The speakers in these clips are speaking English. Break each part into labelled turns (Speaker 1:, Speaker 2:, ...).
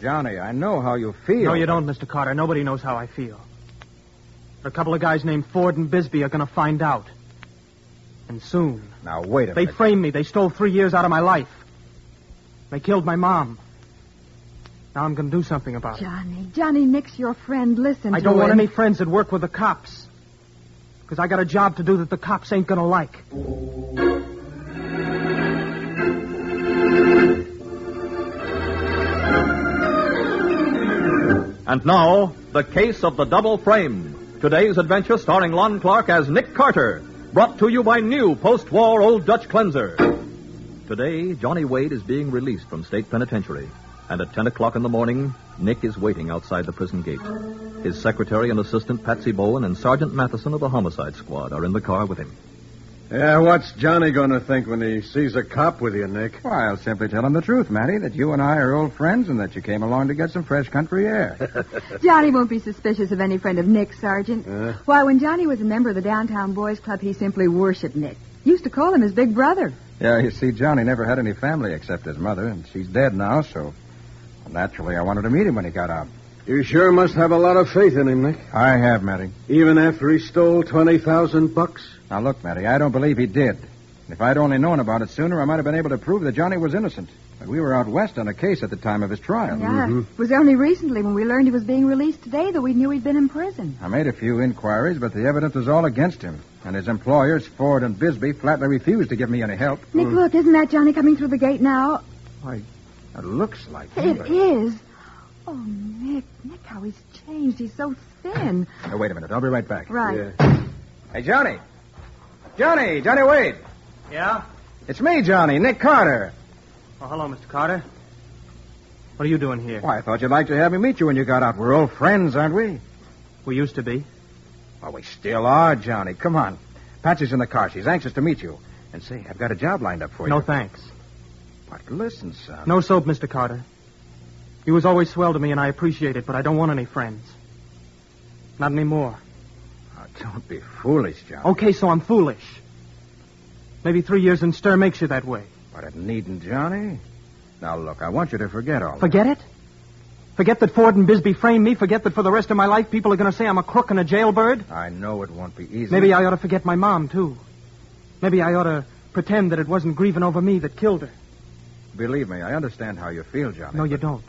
Speaker 1: Johnny, I know how you feel.
Speaker 2: No, you don't, Mr. Carter. Nobody knows how I feel. But a couple of guys named Ford and Bisbee are going to find out. And soon.
Speaker 1: Now, wait a
Speaker 2: They
Speaker 1: minute.
Speaker 2: framed me. They stole three years out of my life. They killed my mom. Now I'm going to do something about it.
Speaker 3: Johnny, Johnny Nick's your friend. Listen
Speaker 2: I
Speaker 3: to
Speaker 2: don't want
Speaker 3: him.
Speaker 2: any friends that work with the cops. Because I got a job to do that the cops ain't going to like.
Speaker 4: And now, the case of the double frame. Today's adventure starring Lon Clark as Nick Carter, brought to you by new post war Old Dutch Cleanser. Today, Johnny Wade is being released from state penitentiary, and at 10 o'clock in the morning, Nick is waiting outside the prison gate. His secretary and assistant, Patsy Bowen, and Sergeant Matheson of the homicide squad are in the car with him.
Speaker 5: Yeah, what's Johnny going to think when he sees a cop with you, Nick?
Speaker 1: Well, I'll simply tell him the truth, Matty, that you and I are old friends and that you came along to get some fresh country air.
Speaker 3: Johnny won't be suspicious of any friend of Nick's, Sergeant.
Speaker 2: Uh.
Speaker 3: Why, when Johnny was a member of the Downtown Boys Club, he simply worshipped Nick. Used to call him his big brother.
Speaker 1: yeah, you see, Johnny never had any family except his mother, and she's dead now, so naturally I wanted to meet him when he got out.
Speaker 5: You sure must have a lot of faith in him, Nick.
Speaker 1: I have, Matty.
Speaker 5: Even after he stole 20,000 bucks?
Speaker 1: Now, look, Matty, I don't believe he did. If I'd only known about it sooner, I might have been able to prove that Johnny was innocent. But we were out west on a case at the time of his trial.
Speaker 3: Yeah.
Speaker 2: Mm-hmm.
Speaker 3: It was only recently when we learned he was being released today that we knew he'd been in prison.
Speaker 1: I made a few inquiries, but the evidence was all against him. And his employers, Ford and Bisbee, flatly refused to give me any help.
Speaker 2: Mm.
Speaker 3: Nick, look, isn't that Johnny coming through the gate now?
Speaker 1: It looks like
Speaker 2: Mm.
Speaker 3: It
Speaker 1: him, but-
Speaker 3: is. Oh, Nick, Nick, how he's changed. He's so thin.
Speaker 1: Now, wait a minute. I'll be right back.
Speaker 3: Right.
Speaker 1: Hey, Johnny. Johnny, Johnny Wade.
Speaker 2: Yeah?
Speaker 1: It's me, Johnny, Nick Carter.
Speaker 2: Well, hello, Mr. Carter. What are you doing here?
Speaker 1: Why, I thought you'd like to have me meet you when you got out. We're old friends, aren't we?
Speaker 2: We used to be.
Speaker 1: Well, we still are, Johnny. Come on. Patsy's in the car. She's anxious to meet you. And say, I've got a job lined up for
Speaker 2: No
Speaker 1: you.
Speaker 2: thanks.
Speaker 1: But listen, son.
Speaker 2: No soap, Mr. Carter. You was always swell to me, and I appreciate it, but I don't want any friends. Not anymore.
Speaker 1: Now, don't be foolish,
Speaker 5: Oh.
Speaker 1: Johnny.
Speaker 2: Okay, so I'm foolish. Maybe three years in stir makes you that way.
Speaker 1: But it needn't, Johnny. Now, look, I want you to forget all that.
Speaker 2: Forget it? Forget that Ford and Bisbee framed me. Forget that for the rest of my life people are going to say I'm a crook and a jailbird.
Speaker 1: I know it won't be easy.
Speaker 2: Maybe I ought to forget my mom, too. Maybe I ought to pretend that it wasn't grieving over me that killed her.
Speaker 1: Believe me, I understand how you feel, Johnny.
Speaker 2: No, you don't.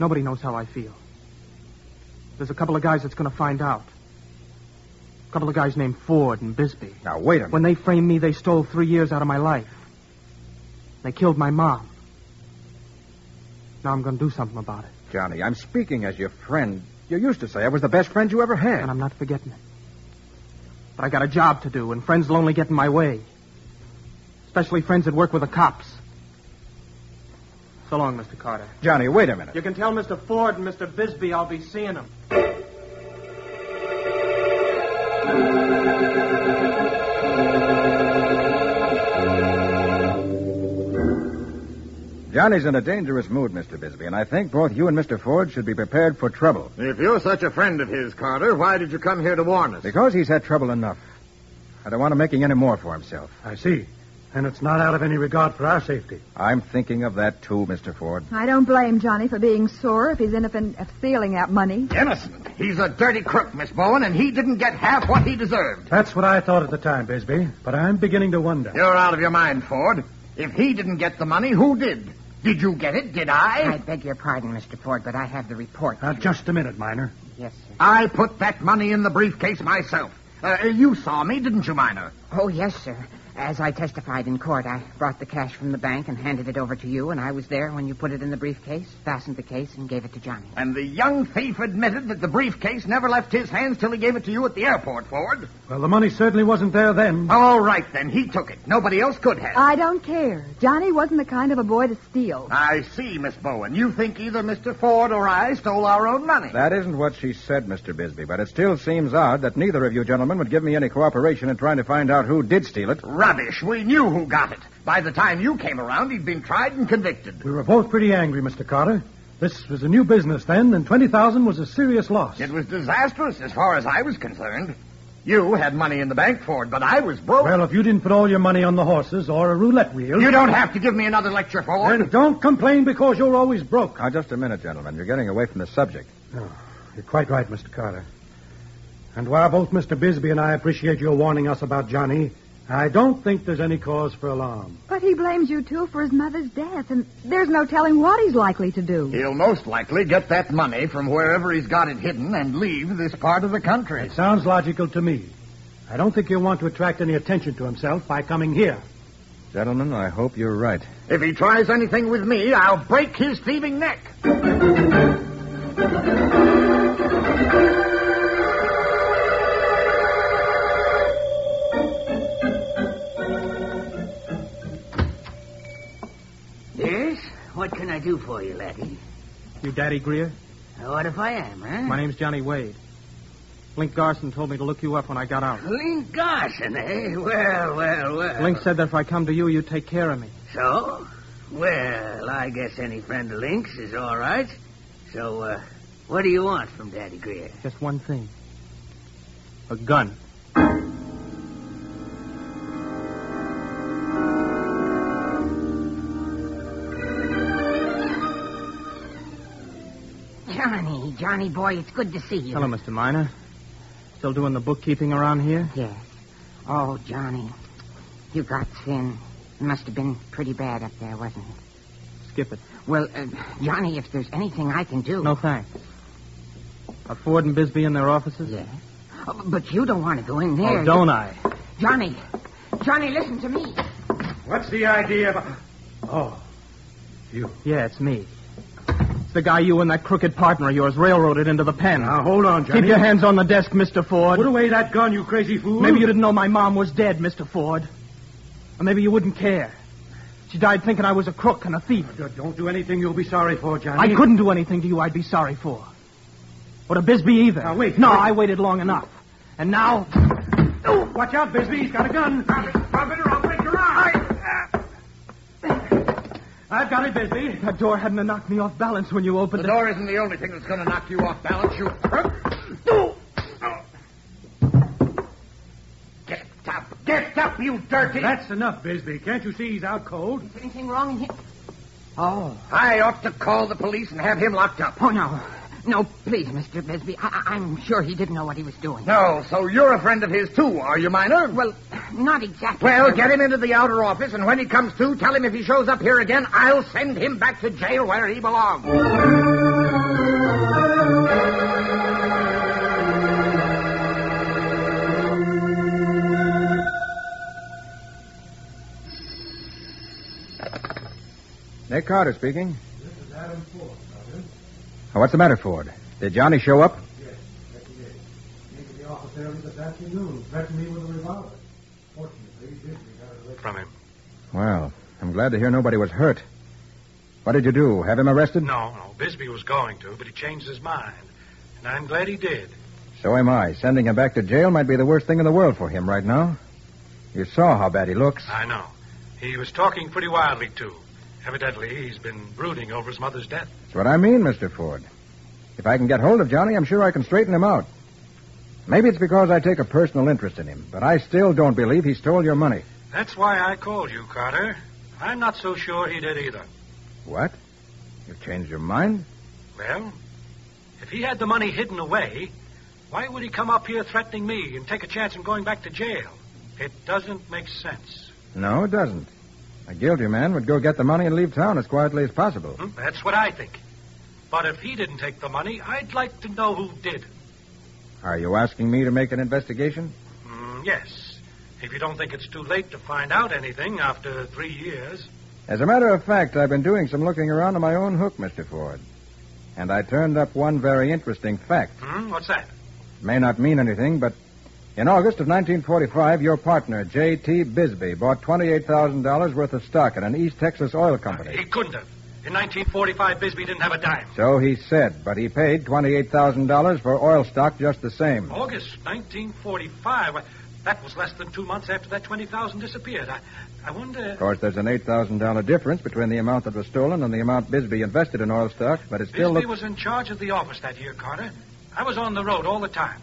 Speaker 2: Nobody knows how I feel. There's a couple of guys that's going to find out. A couple of guys named Ford and Bisbee.
Speaker 1: Now, wait a minute.
Speaker 2: When they framed me, they stole three years out of my life. They killed my mom. Now I'm going to do something about it,
Speaker 1: Johnny, I'm speaking as your friend. You used to say I was the best friend you ever had.
Speaker 2: and I'm not forgetting it. But I got a job to do, and friends will only get in my way. Especially friends that work with the cops. So long, Mr. Carter.
Speaker 1: Johnny, wait a minute.
Speaker 2: You can tell Mr. Ford and Mr. Bisbee I'll be seeing them.
Speaker 1: Johnny's in a dangerous mood, Mr. Bisbee, and I think both you and Mr. Ford should be prepared for trouble.
Speaker 5: If you're such a friend of his, Carter, why did you come here to warn us?
Speaker 1: Because he's had trouble enough. I don't want him making any more for himself.
Speaker 6: I see. And it's not out of any regard for our safety.
Speaker 1: I'm thinking of that too, Mr. Ford.
Speaker 3: I don't blame Johnny for being sore if he's innocent of stealing that money.
Speaker 5: Innocent. He's a dirty crook, Miss Bowen, and he didn't get half what he deserved.
Speaker 6: That's what I thought at the time, Bisbee. But I'm beginning to wonder.
Speaker 5: You're out of your mind, Ford. If he didn't get the money, who did? Did you get it? Did
Speaker 7: I
Speaker 5: I?
Speaker 7: beg your pardon, Mr. Ford, but I have the report.
Speaker 6: Now, Uh, just a minute, Miner.
Speaker 7: Yes, sir.
Speaker 5: I put that money in the briefcase myself. Uh, you saw me, didn't you, Miner?
Speaker 7: Oh, yes, sir. As I testified in court, I brought the cash from the bank and handed it over to you, and I was there when you put it in the briefcase, fastened the case, and gave it to Johnny.
Speaker 5: And the young thief admitted that the briefcase never left his hands till he gave it to you at the airport, Ford.
Speaker 1: Well, the money certainly wasn't there then.
Speaker 5: All right, then. He took it. Nobody else could have.
Speaker 3: I don't care. Johnny wasn't the kind of a boy to steal.
Speaker 5: I see, Miss Bowen. You think either Mr. Ford or I stole our own money.
Speaker 4: That isn't what she said, Mr. Bisbee, but it still seems odd that neither of you gentlemen would give me any cooperation in trying to find out who did steal it.
Speaker 5: Rubbish. We knew who got it. By the time you came around, he'd been tried and convicted.
Speaker 1: We were both pretty angry, Mr. Carter. This was a new business then, and 20000 was a serious loss.
Speaker 5: It was disastrous as far as I was concerned. You had money in the bank, Ford, but I was broke.
Speaker 1: Well, if you didn't put all your money on the horses or a roulette wheel.
Speaker 5: you don't have to give me another lecture, Ford.
Speaker 1: Then don't complain because you're always broke.
Speaker 4: Now, just a minute, gentlemen. You're getting away from the subject.
Speaker 1: You're quite right, Mr. Carter. And while both Mr. Bisbee and I appreciate your warning us about Johnny, I don't think there's any cause for alarm.
Speaker 3: But he blames you, too, for his mother's death, and there's no telling what he's likely to do.
Speaker 5: He'll most likely get that money from wherever he's got it hidden and leave this part of the country.
Speaker 1: It sounds logical to me. I don't think he'll want to attract any attention to himself by coming here.
Speaker 4: Gentlemen, I hope you're right.
Speaker 5: If he tries anything with me, I'll break his thieving neck.
Speaker 8: Yes? What can I do for you, laddie?
Speaker 2: You Daddy Greer?
Speaker 8: What if I am, huh?
Speaker 2: My name's Johnny Wade. Link Garson told me to look you up when I got out.
Speaker 8: Link Garson, eh? Well, well, well.
Speaker 2: Link said that if I come to you, you'd take care of me.
Speaker 8: So? Well, I guess any friend of Link's is all right. So, uh, what do you want from Daddy Greer?
Speaker 2: Just one thing. A gun.
Speaker 7: Johnny, Johnny boy, it's good to see you.
Speaker 2: Hello, Mr. Miner. Still doing the bookkeeping around here?
Speaker 7: Yes. Oh, Johnny, you got thin. It must have been pretty bad up there, wasn't it?
Speaker 2: Skip it.
Speaker 7: Well, uh, Johnny, if there's anything I can do.
Speaker 2: No thanks. Are Ford and Bisbee in their offices?
Speaker 7: Yes. Oh, but you don't want to go in there.
Speaker 2: Oh, don't I?
Speaker 7: Johnny, Johnny, listen to me.
Speaker 1: What's the idea of. Oh. You.
Speaker 2: Yeah, it's me. It's the guy you and that crooked partner of yours railroaded into the pen.
Speaker 1: Now, hold on, Johnny.
Speaker 2: Keep your hands on the desk, Mr. Ford.
Speaker 1: Put away that gun, you crazy fool.
Speaker 2: Maybe you didn't know my mom was dead, Mr. Ford. Or maybe you wouldn't care. She died thinking I was a crook and a thief.
Speaker 1: Don't- Don't do anything you'll be sorry for,
Speaker 2: I
Speaker 1: Johnny.
Speaker 2: couldn't do anything to you I'd be sorry for. Or to Bisbee either.
Speaker 1: Now, wait,
Speaker 2: No,
Speaker 1: wait.
Speaker 2: I waited long enough. And now.
Speaker 1: Watch out, Bisbee. He's got a gun. I've got it, Bisbee.
Speaker 2: That door hadn't knocked me off balance when you
Speaker 5: The
Speaker 2: opened it.
Speaker 5: door isn't the only thing that's going to knock you off balance, you crook. Get up. Get up, you dirty.
Speaker 1: That's enough, Bisbee. Can't you see he's out cold?
Speaker 7: Is anything wrong in here? Oh.
Speaker 5: I ought to call the police and have him locked up.
Speaker 7: Oh, no. No, please, Mr. Bisbee. I- I- I'm sure he didn't know what he was doing.
Speaker 5: No, so you're a friend of his, too, are you, Miner?
Speaker 7: Well, not exactly.
Speaker 5: Well, get him into the outer office, and when he comes to, tell him if he shows up here again, I'll send him back to jail where he belongs.
Speaker 4: Nick Carter speaking. This is Adam Ford, Carter. what's the matter, Ford? Did Johnny show up?
Speaker 1: The office early this afternoon threatened me with a revolver. Fortunately, Bisbee got it away.
Speaker 9: from him.
Speaker 4: Well, I'm glad to hear nobody was hurt. What did you do? Have him arrested?
Speaker 1: No, no. Bisbee was going to, but he changed his mind. And I'm glad he did.
Speaker 4: So am I. Sending him back to jail might be the worst thing in the world for him right now. You saw how bad he looks.
Speaker 1: I know. He was talking pretty wildly, too. Evidently, he's been brooding over his mother's death.
Speaker 4: That's what I mean, Mr. Ford. If I can get hold of Johnny, I'm sure I can straighten him out. Maybe it's because I take a personal interest in him, but I still don't believe he stole your money.
Speaker 1: That's why I called you, Carter. I'm not so sure he did either.
Speaker 4: What? You've changed your mind?
Speaker 1: Well, if he had the money hidden away, why would he come up here threatening me and take a chance on going back to jail? It doesn't make sense.
Speaker 4: No, it doesn't. A guilty man would go get the money and leave town as quietly as possible.
Speaker 1: Hmm? That's what I think. But if he didn't take the money, I'd like to know who did.
Speaker 4: Are you asking me to make an investigation?
Speaker 1: Hmm, yes.
Speaker 10: If you don't think it's too late to find out anything after three years.
Speaker 11: As a matter of fact, I've been doing some looking around on my own hook, Mr. Ford. And I turned up one very interesting fact.
Speaker 10: Hmm? What's that?
Speaker 11: May not mean anything, but in August of 1945, your partner, J.T. Bisbee, bought $28,000 worth of stock in an East Texas oil company.
Speaker 10: He couldn't have. In 1945, Bisbee didn't have a dime.
Speaker 11: So he said, but he paid $28,000 for oil stock just the same.
Speaker 10: August 1945. Why, That was less than two months after that 20,000 disappeared. I, I wonder.
Speaker 11: Of course, there's an $8,000 difference between the amount that was stolen and the amount Bisbee invested in oil stock, but it still
Speaker 10: Bisbee
Speaker 11: looks.
Speaker 10: was in charge of the office that year, Carter. I was on the road all the time.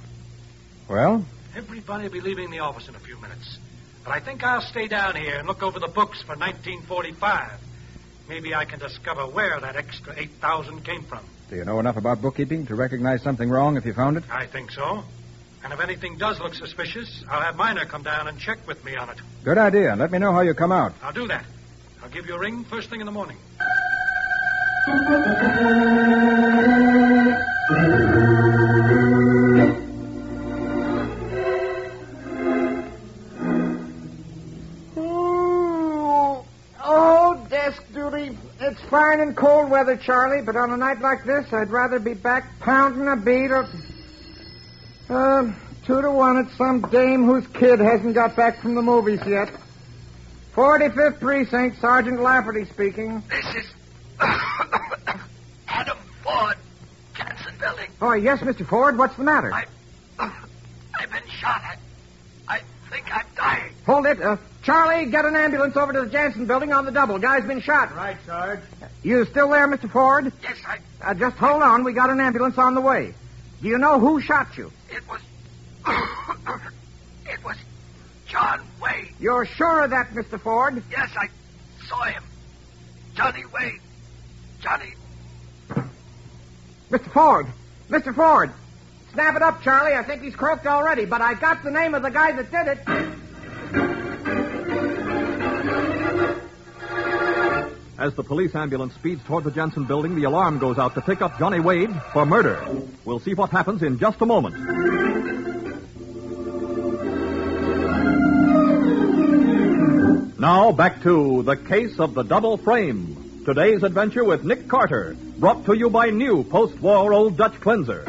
Speaker 11: Well,
Speaker 10: Everybody will be leaving the office in a few minutes. But I think I'll stay down here and look over the books for 1945. Maybe I can discover where that extra 8,000 came from.
Speaker 11: do you know enough about bookkeeping to recognize something wrong if you found it?
Speaker 10: I think so. And if anything does look suspicious, I'll have Miner come down and check with me on it.
Speaker 11: Good idea, and let me know how you come out.
Speaker 10: I'll do that. I'll give you a ring first thing in the morning.
Speaker 2: Ooh. Oh, desk duty. It's fine in cold weather, Charlie, but on a night like this, I'd rather be back pounding a beetle. Um, two to one, it's some dame whose kid hasn't got back from the movies yet. 45th Precinct, Sergeant Lafferty speaking.
Speaker 5: This is Adam Ford, Jacksonville.
Speaker 2: Oh, yes, Mr. Ford, what's the matter?
Speaker 5: I, I've been shot. I, I think I'm dying.
Speaker 2: Hold it. Uh, Charlie, get an ambulance over to the Jansen building on the double. Guy's been shot. Right, Sarge. You still there, Mr. Ford?
Speaker 5: Yes, I.
Speaker 2: Uh, just hold on. We got an ambulance on the way. Do you know who shot you?
Speaker 5: It was. it was John Wayne.
Speaker 2: You're sure of that, Mr. Ford?
Speaker 5: Yes, I saw him. Johnny Wayne. Johnny.
Speaker 2: Mr. Ford! Mr. Ford! Snap it up, Charlie. I think he's croaked already, but I got the name of the guy that did it.
Speaker 4: As the police ambulance speeds toward the Jensen building, the alarm goes out to pick up Johnny Wade for murder. We'll see what happens in just a moment. Now back to The Case of the Double Frame. Today's adventure with Nick Carter, brought to you by new post war Old Dutch Cleanser.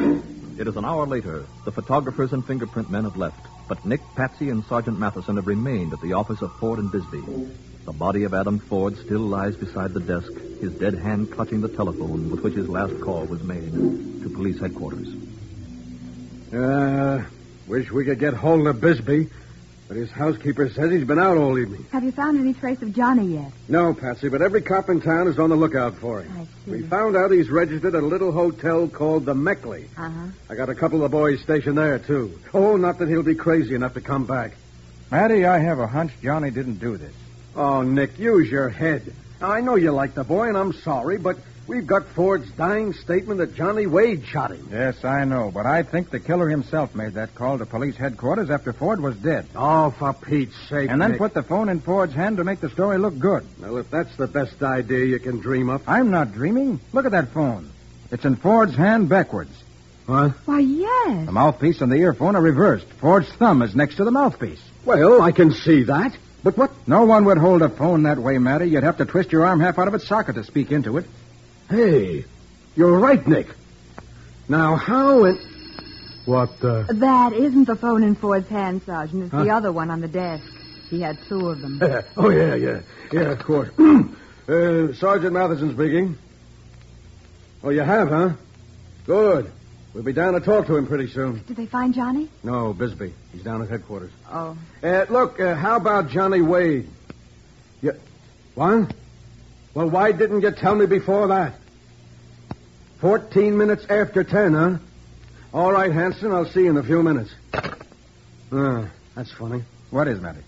Speaker 4: It is an hour later. The photographers and fingerprint men have left, but Nick, Patsy, and Sergeant Matheson have remained at the office of Ford and Bisbee. The body of Adam Ford still lies beside the desk, his dead hand clutching the telephone with which his last call was made to police headquarters.
Speaker 1: Uh, wish we could get hold of Bisbee, but his housekeeper says he's been out all evening.
Speaker 3: Have you found any trace of Johnny yet?
Speaker 1: No, Patsy, but every cop in town is on the lookout for him.
Speaker 3: I see.
Speaker 1: We found out he's registered at a little hotel called the Meckley.
Speaker 3: Uh huh.
Speaker 1: I got a couple of the boys stationed there, too. Oh, not that he'll be crazy enough to come back.
Speaker 11: Matty, I have a hunch Johnny didn't do this.
Speaker 1: Oh, Nick, use your head. I know you like the boy, and I'm sorry, but we've got Ford's dying statement that Johnny Wade shot him.
Speaker 11: Yes, I know, but I think the killer himself made that call to police headquarters after Ford was dead.
Speaker 1: Oh, for Pete's sake,
Speaker 11: And then
Speaker 1: Nick.
Speaker 11: put the phone in Ford's hand to make the story look good.
Speaker 1: Well, if that's the best idea you can dream up.
Speaker 11: I'm not dreaming. Look at that phone. It's in Ford's hand backwards.
Speaker 1: What?
Speaker 3: Why, yes.
Speaker 11: The mouthpiece and the earphone are reversed. Ford's thumb is next to the mouthpiece.
Speaker 1: Well, I can see that. But what?
Speaker 11: No one would hold a phone that way, Matty. You'd have to twist your arm half out of its socket to speak into it.
Speaker 1: Hey, you're right, Nick. Now, how in. What uh, the.
Speaker 3: That isn't the phone in Ford's hand, Sergeant. It's the other one on the desk. He had two of them.
Speaker 1: oh, yeah, yeah. Yeah, of course. uh, Sergeant Matheson speaking. Oh, you have, huh? Good. We'll be down to talk to him pretty soon.
Speaker 3: Did they find Johnny?
Speaker 1: No, Bisbee. He's down at headquarters.
Speaker 3: Oh,
Speaker 1: Uh, look, uh, how about Johnny Wade? You... What? Well, why didn't you tell me before that? Fourteen minutes after ten, huh? All right, Hanson, I'll see you in a few minutes. Ah, that's funny.
Speaker 11: What is, Matty?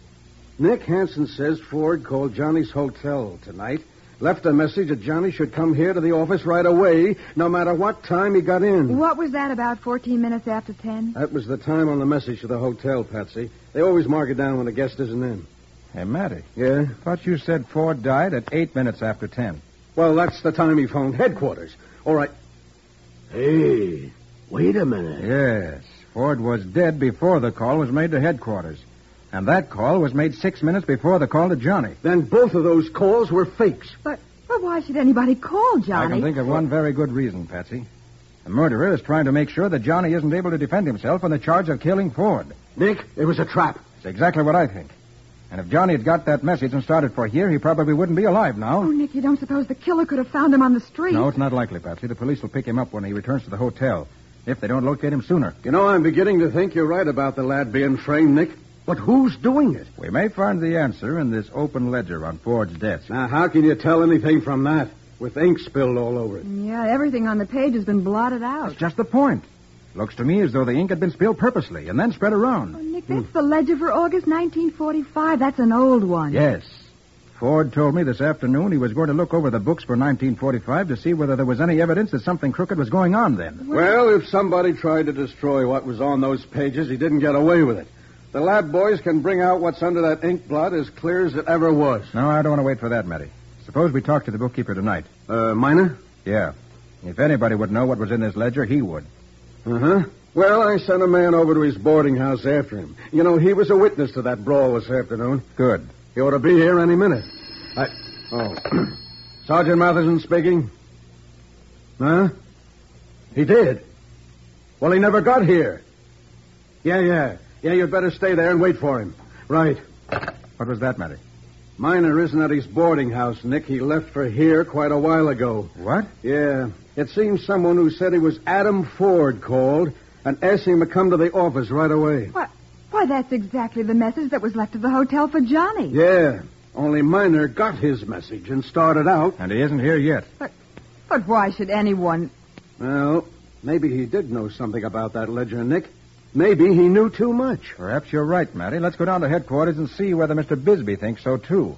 Speaker 1: Nick Hanson says Ford called Johnny's hotel tonight, left a message that Johnny should come here to the office right away, no matter what time he got in.
Speaker 3: what was that about 14 minutes after 10?
Speaker 1: That was the time on the message to the hotel, Patsy. They always mark it down when a guest isn't in.
Speaker 11: Hey, Matty.
Speaker 1: Yeah?
Speaker 11: Thought you said Ford died at eight minutes after ten.
Speaker 1: Well, that's the time he phoned headquarters. All right.
Speaker 11: Hey.
Speaker 1: Wait a minute.
Speaker 11: Yes. Ford was dead before the call was made to headquarters.
Speaker 1: And that call was made six minutes before the call to Johnny.
Speaker 12: Then both of those calls were fakes.
Speaker 3: But, but why should anybody call Johnny?
Speaker 1: I can think of one very good reason, Patsy. The murderer is trying to make sure that Johnny isn't able to defend himself on the charge of killing Ford.
Speaker 12: Nick, it was a trap.
Speaker 1: It's exactly what I think. And if Johnny had got that message and started for here, he probably wouldn't be alive now.
Speaker 3: Oh, Nick, you don't suppose the killer could have found him on the street?
Speaker 1: No, it's not likely, Patsy. The police will pick him up when he returns to the hotel, if they don't locate him sooner.
Speaker 12: You know, I'm beginning to think you're right about the lad being framed, Nick. But who's doing it?
Speaker 1: We may find the answer in this open ledger on Ford's desk.
Speaker 12: Now, how can you tell anything from that with ink spilled all over it?
Speaker 3: Yeah, everything on the page has been blotted out.
Speaker 1: That's just the point. Looks to me as though the ink had been spilled purposely and then spread around.
Speaker 3: Oh, Nick, that's the ledger for August 1945. That's an old one.
Speaker 1: Yes. Ford told me this afternoon he was going to look over the books for 1945 to see whether there was any evidence that something crooked was going on then.
Speaker 12: Well, if somebody tried to destroy what was on those pages, he didn't get away with it. The lab boys can bring out what's under that ink blot as clear as it ever was.
Speaker 1: No, I don't want to wait for that, Matty. Suppose we talk to the bookkeeper tonight.
Speaker 12: Uh, Miner?
Speaker 1: Yeah. If anybody would know what was in this ledger, he would.
Speaker 12: Uh huh. Well, I sent a man over to his boarding house after him. You know, he was a witness to that brawl this afternoon.
Speaker 1: Good.
Speaker 12: He ought to be here any minute. I. Oh. Sergeant Matheson speaking. Huh? He did. Well, he never got here. Yeah, yeah. Yeah, you'd better stay there and wait for him. Right.
Speaker 1: What was that, Matty?
Speaker 12: Miner isn't at his boarding house, Nick. He left for here quite a while ago.
Speaker 1: What?
Speaker 12: Yeah. It seems someone who said he was Adam Ford called and asked him to come to the office right away.
Speaker 3: Why, why that's exactly the message that was left at the hotel for Johnny.
Speaker 12: Yeah. Only Miner got his message and started out.
Speaker 1: And he isn't here yet.
Speaker 3: But, but why should anyone...
Speaker 12: Well, maybe he did know something about that ledger, Nick. Maybe he knew too much.
Speaker 1: Perhaps you're right, Matty. Let's go down to headquarters and see whether Mr. Bisbee thinks so, too.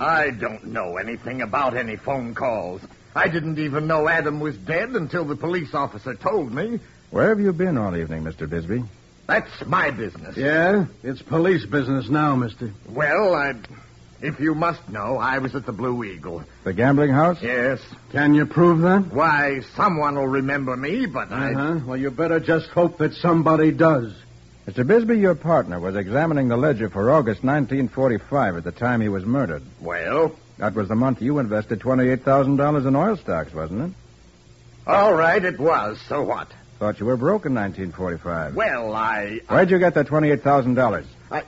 Speaker 5: I don't know anything about any phone calls. I didn't even know Adam was dead until the police officer told me.
Speaker 1: Where have you been all evening, Mr. Bisbee?
Speaker 5: That's my business.
Speaker 12: Yeah? It's police business now, mister.
Speaker 5: Well, I. If you must know, I was at the Blue Eagle.
Speaker 1: The gambling house?
Speaker 5: Yes.
Speaker 12: Can you prove that?
Speaker 5: Why, someone will remember me, but I.
Speaker 12: Uh-huh. Well, you better just hope that somebody does.
Speaker 1: Mr. Bisbee, your partner was examining the ledger for August 1945 at the time he was murdered.
Speaker 5: Well?
Speaker 1: That was the month you invested $28,000 in oil stocks, wasn't it?
Speaker 5: All right, it was. So what?
Speaker 1: Thought you were broke in 1945.
Speaker 5: Well, I.
Speaker 1: Where'd you get that $28,000?
Speaker 5: I.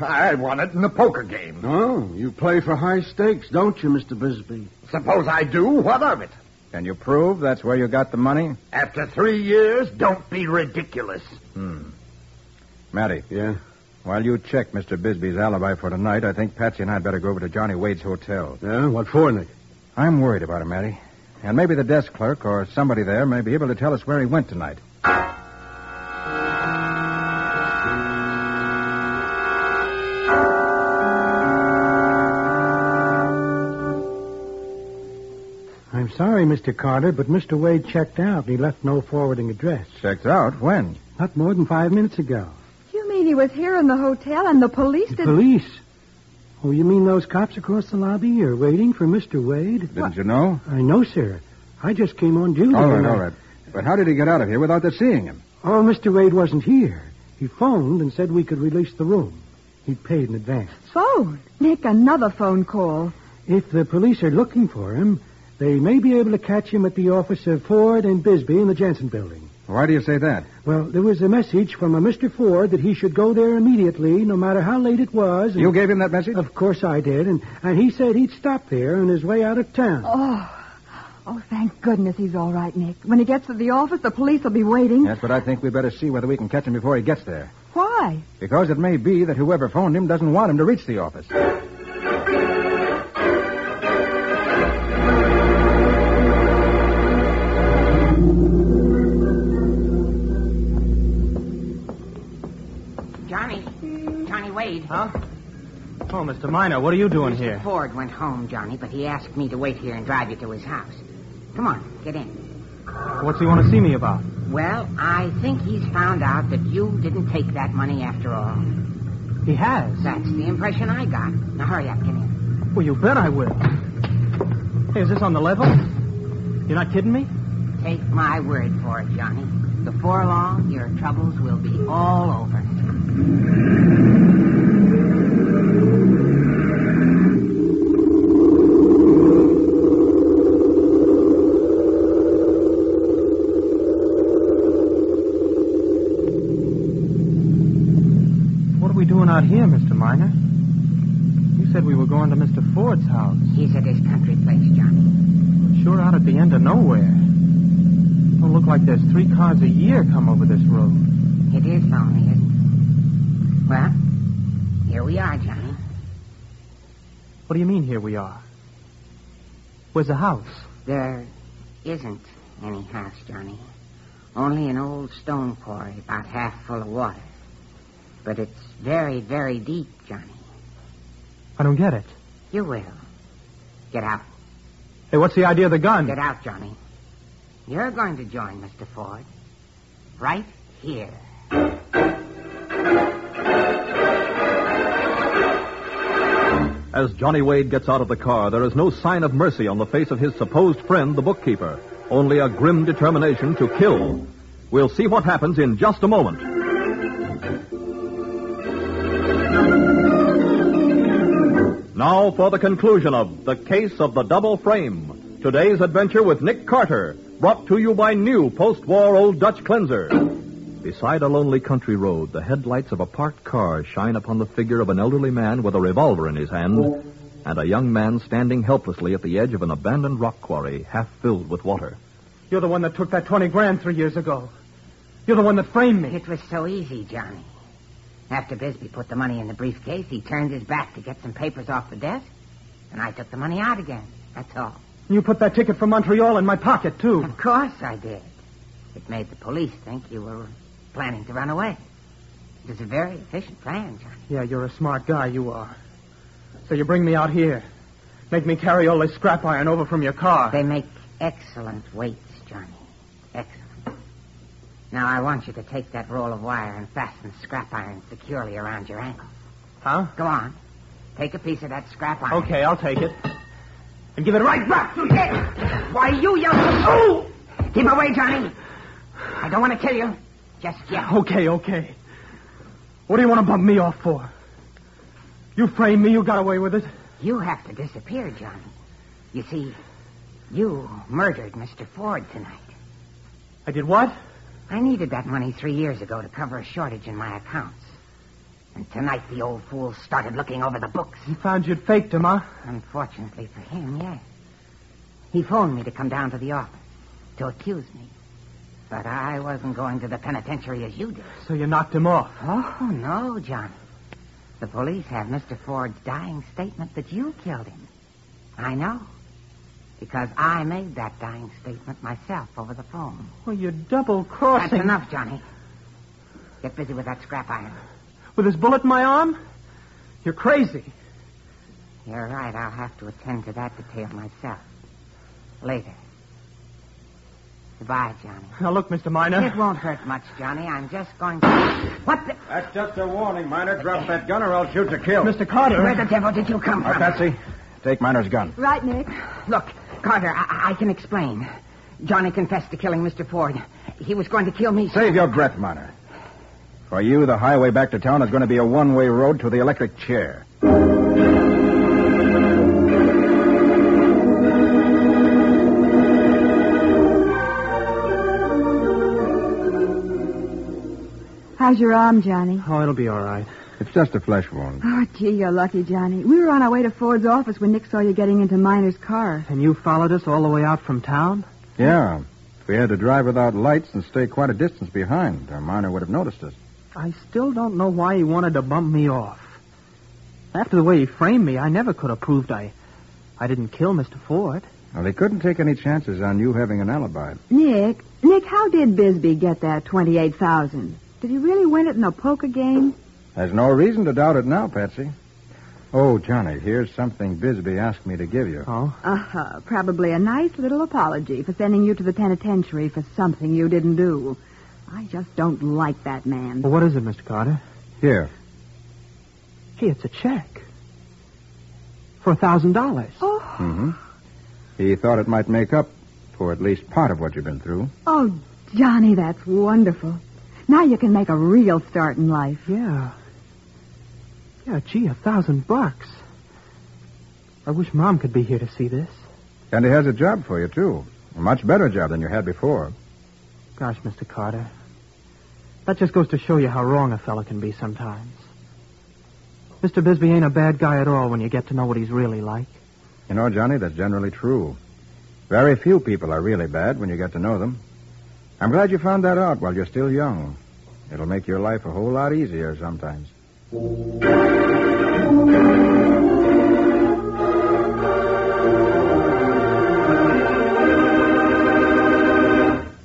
Speaker 5: I won it in the poker game.
Speaker 12: Oh, you play for high stakes, don't you, Mr. Bisbee?
Speaker 5: Suppose I do? What of it?
Speaker 1: Can you prove that's where you got the money?
Speaker 5: After three years, don't be ridiculous.
Speaker 1: Hmm. Matty.
Speaker 12: Yeah?
Speaker 1: While you check Mr. Bisbee's alibi for tonight, I think Patsy and I'd better go over to Johnny Wade's hotel.
Speaker 12: Yeah? What for, Nick?
Speaker 1: I'm worried about him, Matty. And maybe the desk clerk or somebody there may be able to tell us where he went tonight.
Speaker 13: I'm sorry, Mr. Carter, but Mr. Wade checked out. He left no forwarding address.
Speaker 1: Checked out? When?
Speaker 13: Not more than five minutes ago.
Speaker 3: You mean he was here in the hotel and the police
Speaker 13: The
Speaker 3: did...
Speaker 13: police? Oh, you mean those cops across the lobby are waiting for Mr. Wade?
Speaker 1: Didn't you know?
Speaker 13: I know, sir. I just came on duty.
Speaker 1: All right,
Speaker 13: when I-
Speaker 1: all right. But how did he get out of here without their seeing him?
Speaker 13: Oh, Mr. Wade wasn't here. He phoned and said we could release the room. He paid in advance.
Speaker 3: Phone. Nick, another phone call.
Speaker 13: If the police are looking for him, they may be able to catch him at the office of Ford and Bisbee in the Jansen building.
Speaker 1: Why do you say that?
Speaker 13: Well, there was a message from a Mr. Ford that he should go there immediately, no matter how late it was. and-
Speaker 1: You gave him that message?
Speaker 13: Of course I did, and, and he said he'd stop there on his way out of town.
Speaker 3: Oh. Oh, thank goodness he's all right, Nick. When he gets to the office, the police will be waiting.
Speaker 1: Yes, but I think we better see whether we can catch him before he gets there.
Speaker 3: Why?
Speaker 1: Because it may be that whoever phoned him doesn't want him to reach the office.
Speaker 7: Johnny. Johnny Wade.
Speaker 2: Huh? Oh, Mr. Miner, what are you doing here?
Speaker 7: Ford went home, Johnny, but he asked me to wait here and drive you to his house. Come on, get in.
Speaker 2: What's he want to see me about?
Speaker 7: Well, I think he's found out that you didn't take that money after all.
Speaker 2: He has.
Speaker 7: That's the impression I got. Now hurry up, get in.
Speaker 2: Well, you bet I will. Hey, is this on the level? You're not kidding me?
Speaker 7: Take my word for it, Johnny. Before long, your troubles will be all over.
Speaker 2: What are we doing out here, Mr. Miner? You said we were going to Mr. Ford's house.
Speaker 7: He's at his country place, Johnny.
Speaker 2: Sure out at the end of nowhere. Don't look like there's three cars a year come over this road.
Speaker 7: It is lonely, isn't it? Well, here we are, Johnny.
Speaker 2: What do you mean here we are? Where's the house?
Speaker 7: There isn't any house, Johnny. Only an old stone quarry, about half full of water. But it's very, very deep, Johnny.
Speaker 2: I don't get it.
Speaker 7: You will. Get out.
Speaker 2: Hey, what's the idea of the gun?
Speaker 7: Get out, Johnny. You're going to join Mr. Ford. Right here.
Speaker 4: As Johnny Wade gets out of the car, there is no sign of mercy on the face of his supposed friend, the bookkeeper, only a grim determination to kill. We'll see what happens in just a moment. Now for the conclusion of The Case of the Double Frame. Today's adventure with Nick Carter, brought to you by new post war Old Dutch cleanser. Beside a lonely country road, the headlights of a parked car shine upon the figure of an elderly man with a revolver in his hand and a young man standing helplessly at the edge of an abandoned rock quarry half filled with water.
Speaker 2: You're the one that took that 20 grand three years ago. You're the one that framed me.
Speaker 7: It was so easy, Johnny. After Bisbee put the money in the briefcase, he turned his back to get some papers off the desk, and I took the money out again. That's all.
Speaker 2: You put that ticket for Montreal in my pocket, too.
Speaker 7: Of course I did. It made the police think you were planning to run away. It was a very efficient plan, Johnny.
Speaker 2: Yeah, you're a smart guy, you are. So you bring me out here. Make me carry all this scrap iron over from your car.
Speaker 7: They make excellent weights, Johnny. Excellent. Now I want you to take that roll of wire and fasten the scrap iron securely around your ankle.
Speaker 2: Huh?
Speaker 7: Go on. Take a piece of that scrap iron.
Speaker 2: Okay, I'll take it. And give it right back to you.
Speaker 7: Hey! Why, you young... Oh! Keep away, Johnny. I don't want to kill you. Just yet.
Speaker 2: Okay, okay. What do you want to bump me off for? You framed me, you got away with it.
Speaker 7: You have to disappear, Johnny. You see, you murdered Mr. Ford tonight.
Speaker 2: I did what?
Speaker 7: I needed that money three years ago to cover a shortage in my accounts. And tonight the old fool started looking over the books.
Speaker 2: He found you'd faked him, huh?
Speaker 7: Unfortunately for him, yes. He phoned me to come down to the office to accuse me. But I wasn't going to the penitentiary as you did.
Speaker 2: So you knocked him off.
Speaker 7: Oh, no, Johnny. The police have Mr. Ford's dying statement that you killed him. I know. Because I made that dying statement myself over the phone.
Speaker 2: Well, you're double
Speaker 7: That's
Speaker 2: crossing.
Speaker 7: enough, Johnny. Get busy with that scrap iron.
Speaker 2: With this bullet in my arm? You're crazy.
Speaker 7: You're right. I'll have to attend to that detail myself. Later. Goodbye, Johnny.
Speaker 2: Now look, Mr. Miner.
Speaker 7: It won't hurt much, Johnny. I'm just going to. What the.
Speaker 1: Uh,
Speaker 12: That's just a warning, Miner. Drop that gun or I'll shoot to kill.
Speaker 2: Mr. Carter.
Speaker 7: Where the devil did you come
Speaker 12: All right,
Speaker 7: from?
Speaker 12: Patsy, take Miner's gun.
Speaker 3: Right, Nick?
Speaker 7: Look, Carter, I-, I can explain. Johnny confessed to killing Mr. Ford. He was going to kill me.
Speaker 12: Save your breath, Miner. For you, the highway back to town is going to be a one-way road to the electric chair.
Speaker 3: How's your arm, Johnny?
Speaker 2: Oh, it'll be all right.
Speaker 12: It's just a flesh wound.
Speaker 3: Oh, gee, you're lucky, Johnny. We were on our way to Ford's office when Nick saw you getting into Miner's car.
Speaker 2: And you followed us all the way out from town?
Speaker 12: Yeah. If we had to drive without lights and stay quite a distance behind, our miner would have noticed us.
Speaker 2: I still don't know why he wanted to bump me off. After the way he framed me, I never could have proved I I didn't kill Mr. Ford.
Speaker 12: Well, they couldn't take any chances on you having an alibi.
Speaker 3: Nick, Nick, how did Bisbee get that 28000 Did he really win it in a poker game?
Speaker 12: There's no reason to doubt it now, Patsy. Oh, Johnny, here's something Bisbee asked me to give you.
Speaker 2: Oh?
Speaker 3: Uh-huh. Probably a nice little apology for sending you to the penitentiary for something you didn't do. I just don't like that man.
Speaker 2: Well, what is it, Mr. Carter?
Speaker 12: Here.
Speaker 2: Gee, it's a check. For a thousand dollars.
Speaker 3: Oh,
Speaker 12: Mm-hmm.
Speaker 1: He thought it might make up for at least part of what you've been through.
Speaker 3: Oh, Johnny, that's wonderful. Now you can make a real start in life.
Speaker 2: Yeah. Yeah, gee, a thousand bucks. I wish Mom could be here to see this.
Speaker 1: And he has a job for you, too. A much better job than you had before.
Speaker 2: Gosh, Mr. Carter. That just goes to show you how wrong a fella can be sometimes. Mr. Bisbee ain't a bad guy at all when you get to know what he's really like.
Speaker 1: You know, Johnny, that's generally true. Very few people are really bad when you get to know them. I'm glad you found that out while you're still young. It'll make your life a whole lot easier sometimes.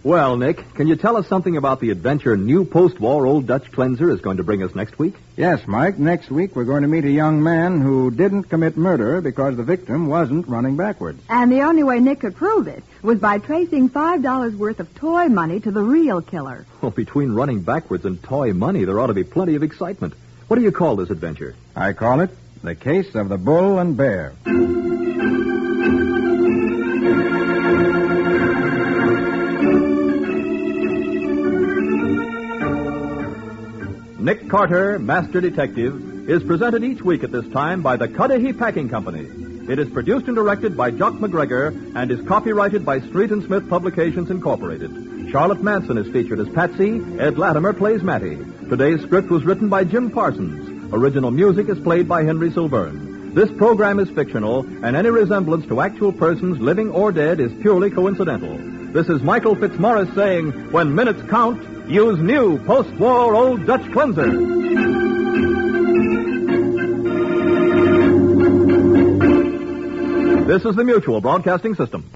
Speaker 4: Well, Nick, can you tell us something about the adventure new post war Old Dutch Cleanser is going to bring us next week?
Speaker 1: Yes, Mike, next week we're going to meet a young man who didn't commit murder because the victim wasn't running backwards.
Speaker 3: And the only way Nick could prove it was by tracing $5 worth of toy money to the real killer.
Speaker 4: Well, between running backwards and toy money, there ought to be plenty of excitement. What do you call this adventure?
Speaker 1: I call it The Case of the Bull and Bear.
Speaker 4: Nick Carter, Master Detective, is presented each week at this time by the Cudahy Packing Company. It is produced and directed by Jock McGregor and is copyrighted by Street and Smith Publications Incorporated. Charlotte Manson is featured as Patsy. Ed Latimer plays Matty. Today's script was written by Jim Parsons. Original music is played by Henry Silverne. This program is fictional, and any resemblance to actual persons, living or dead, is purely coincidental. This is Michael Fitzmaurice saying, when minutes count, use new post-war old Dutch cleanser. This is the Mutual Broadcasting System.